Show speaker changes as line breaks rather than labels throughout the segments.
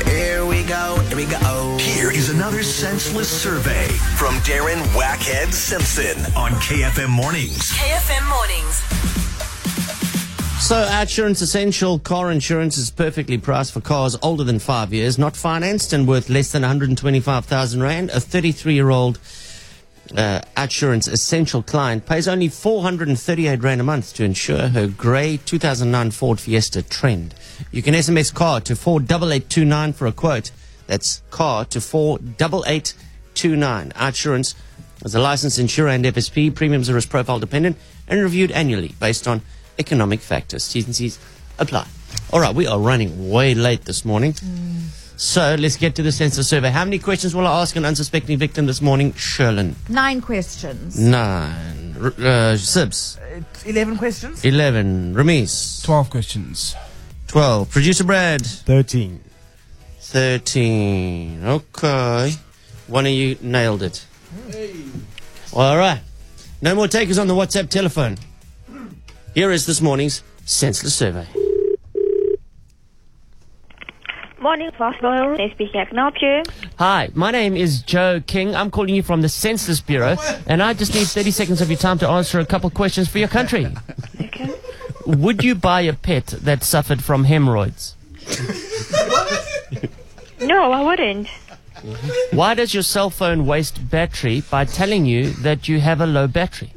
we go, here we go.
Here is another senseless survey from Darren Wackhead Simpson on KFM Mornings.
KFM Mornings.
So, our insurance essential car insurance is perfectly priced for cars older than five years, not financed, and worth less than 125,000 Rand. A 33 year old uh, Outsurance Essential client pays only 438 Rand a month to insure her grey 2009 Ford Fiesta Trend. You can SMS CAR to 48829 for a quote. That's CAR to 48829. Outsurance is a licensed insurer and FSP. Premiums are risk profile dependent and reviewed annually based on economic factors. T's and C's apply. All right, we are running way late this morning. So let's get to the census survey. How many questions will I ask an unsuspecting victim this morning, Sherlyn?
Nine questions.
Nine. R- uh, Sibs.
It's 11 questions.
Eleven. Remis.
12 questions.
Twelve. Producer Brad.
13.
Thirteen. Okay. One of you nailed it. All right. No more takers on the WhatsApp telephone. Here is this morning's senseless survey.
Morning, Fossil. Nice speaking. I can help you.
Hi, my name is Joe King. I'm calling you from the Census Bureau, and I just need 30 seconds of your time to answer a couple questions for your country.
Okay.
Would you buy a pet that suffered from hemorrhoids?
No, I wouldn't.
Why does your cell phone waste battery by telling you that you have a low battery?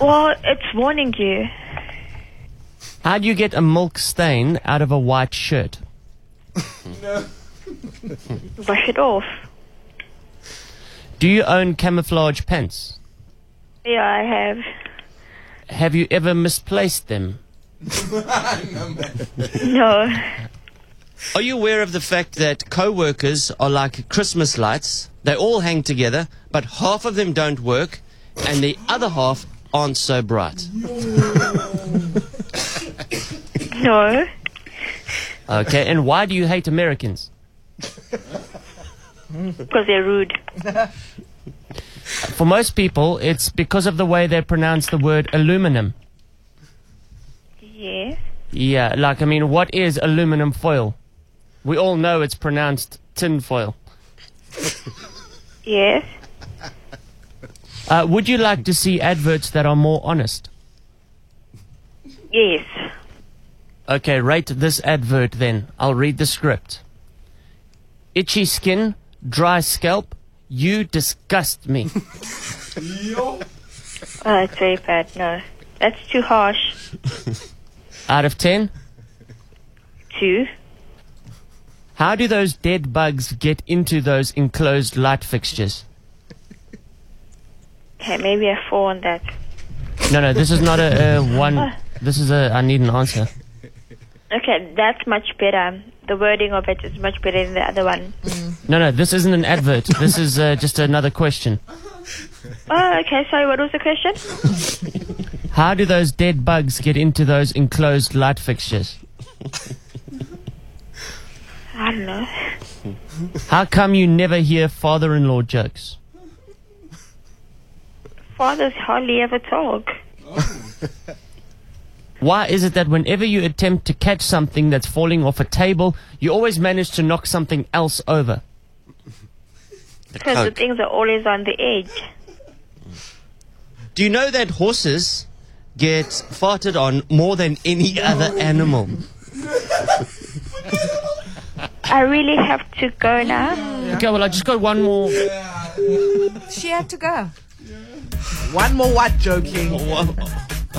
Well, it's warning you.
How do you get a milk stain out of a white shirt?
Wash it off.
Do you own camouflage pants?
Yeah, I have.
Have you ever misplaced them?
No.
Are you aware of the fact that co-workers are like Christmas lights? They all hang together, but half of them don't work, and the other half aren't so bright.
No.
Okay, and why do you hate Americans?
Because they're rude.
For most people, it's because of the way they pronounce the word aluminum.
Yes.
Yeah, like, I mean, what is aluminum foil? We all know it's pronounced tin foil.
Yes.
Uh, would you like to see adverts that are more honest?
Yes.
Okay, rate this advert then. I'll read the script. Itchy skin, dry scalp, you disgust me.
Oh, it's very bad. No. That's too harsh.
Out of 10,
Too.
how do those dead bugs get into those enclosed light fixtures?
Okay, maybe a four on that.
No, no, this is not a, a one. This is a. I need an answer.
Okay, that's much better. The wording of it is much better than the other one.
No, no, this isn't an advert. This is uh, just another question.
Oh, okay. Sorry, what was the question?
How do those dead bugs get into those enclosed light fixtures?
I don't know.
How come you never hear father in law jokes?
Fathers hardly ever talk.
Why is it that whenever you attempt to catch something that's falling off a table, you always manage to knock something else over?
Because the
Coke.
things are always on the edge.
Do you know that horses get farted on more than any other animal?
I really have to go now.
Okay, well, I just got one more.
She had to go.
One more what, Joe King?
One,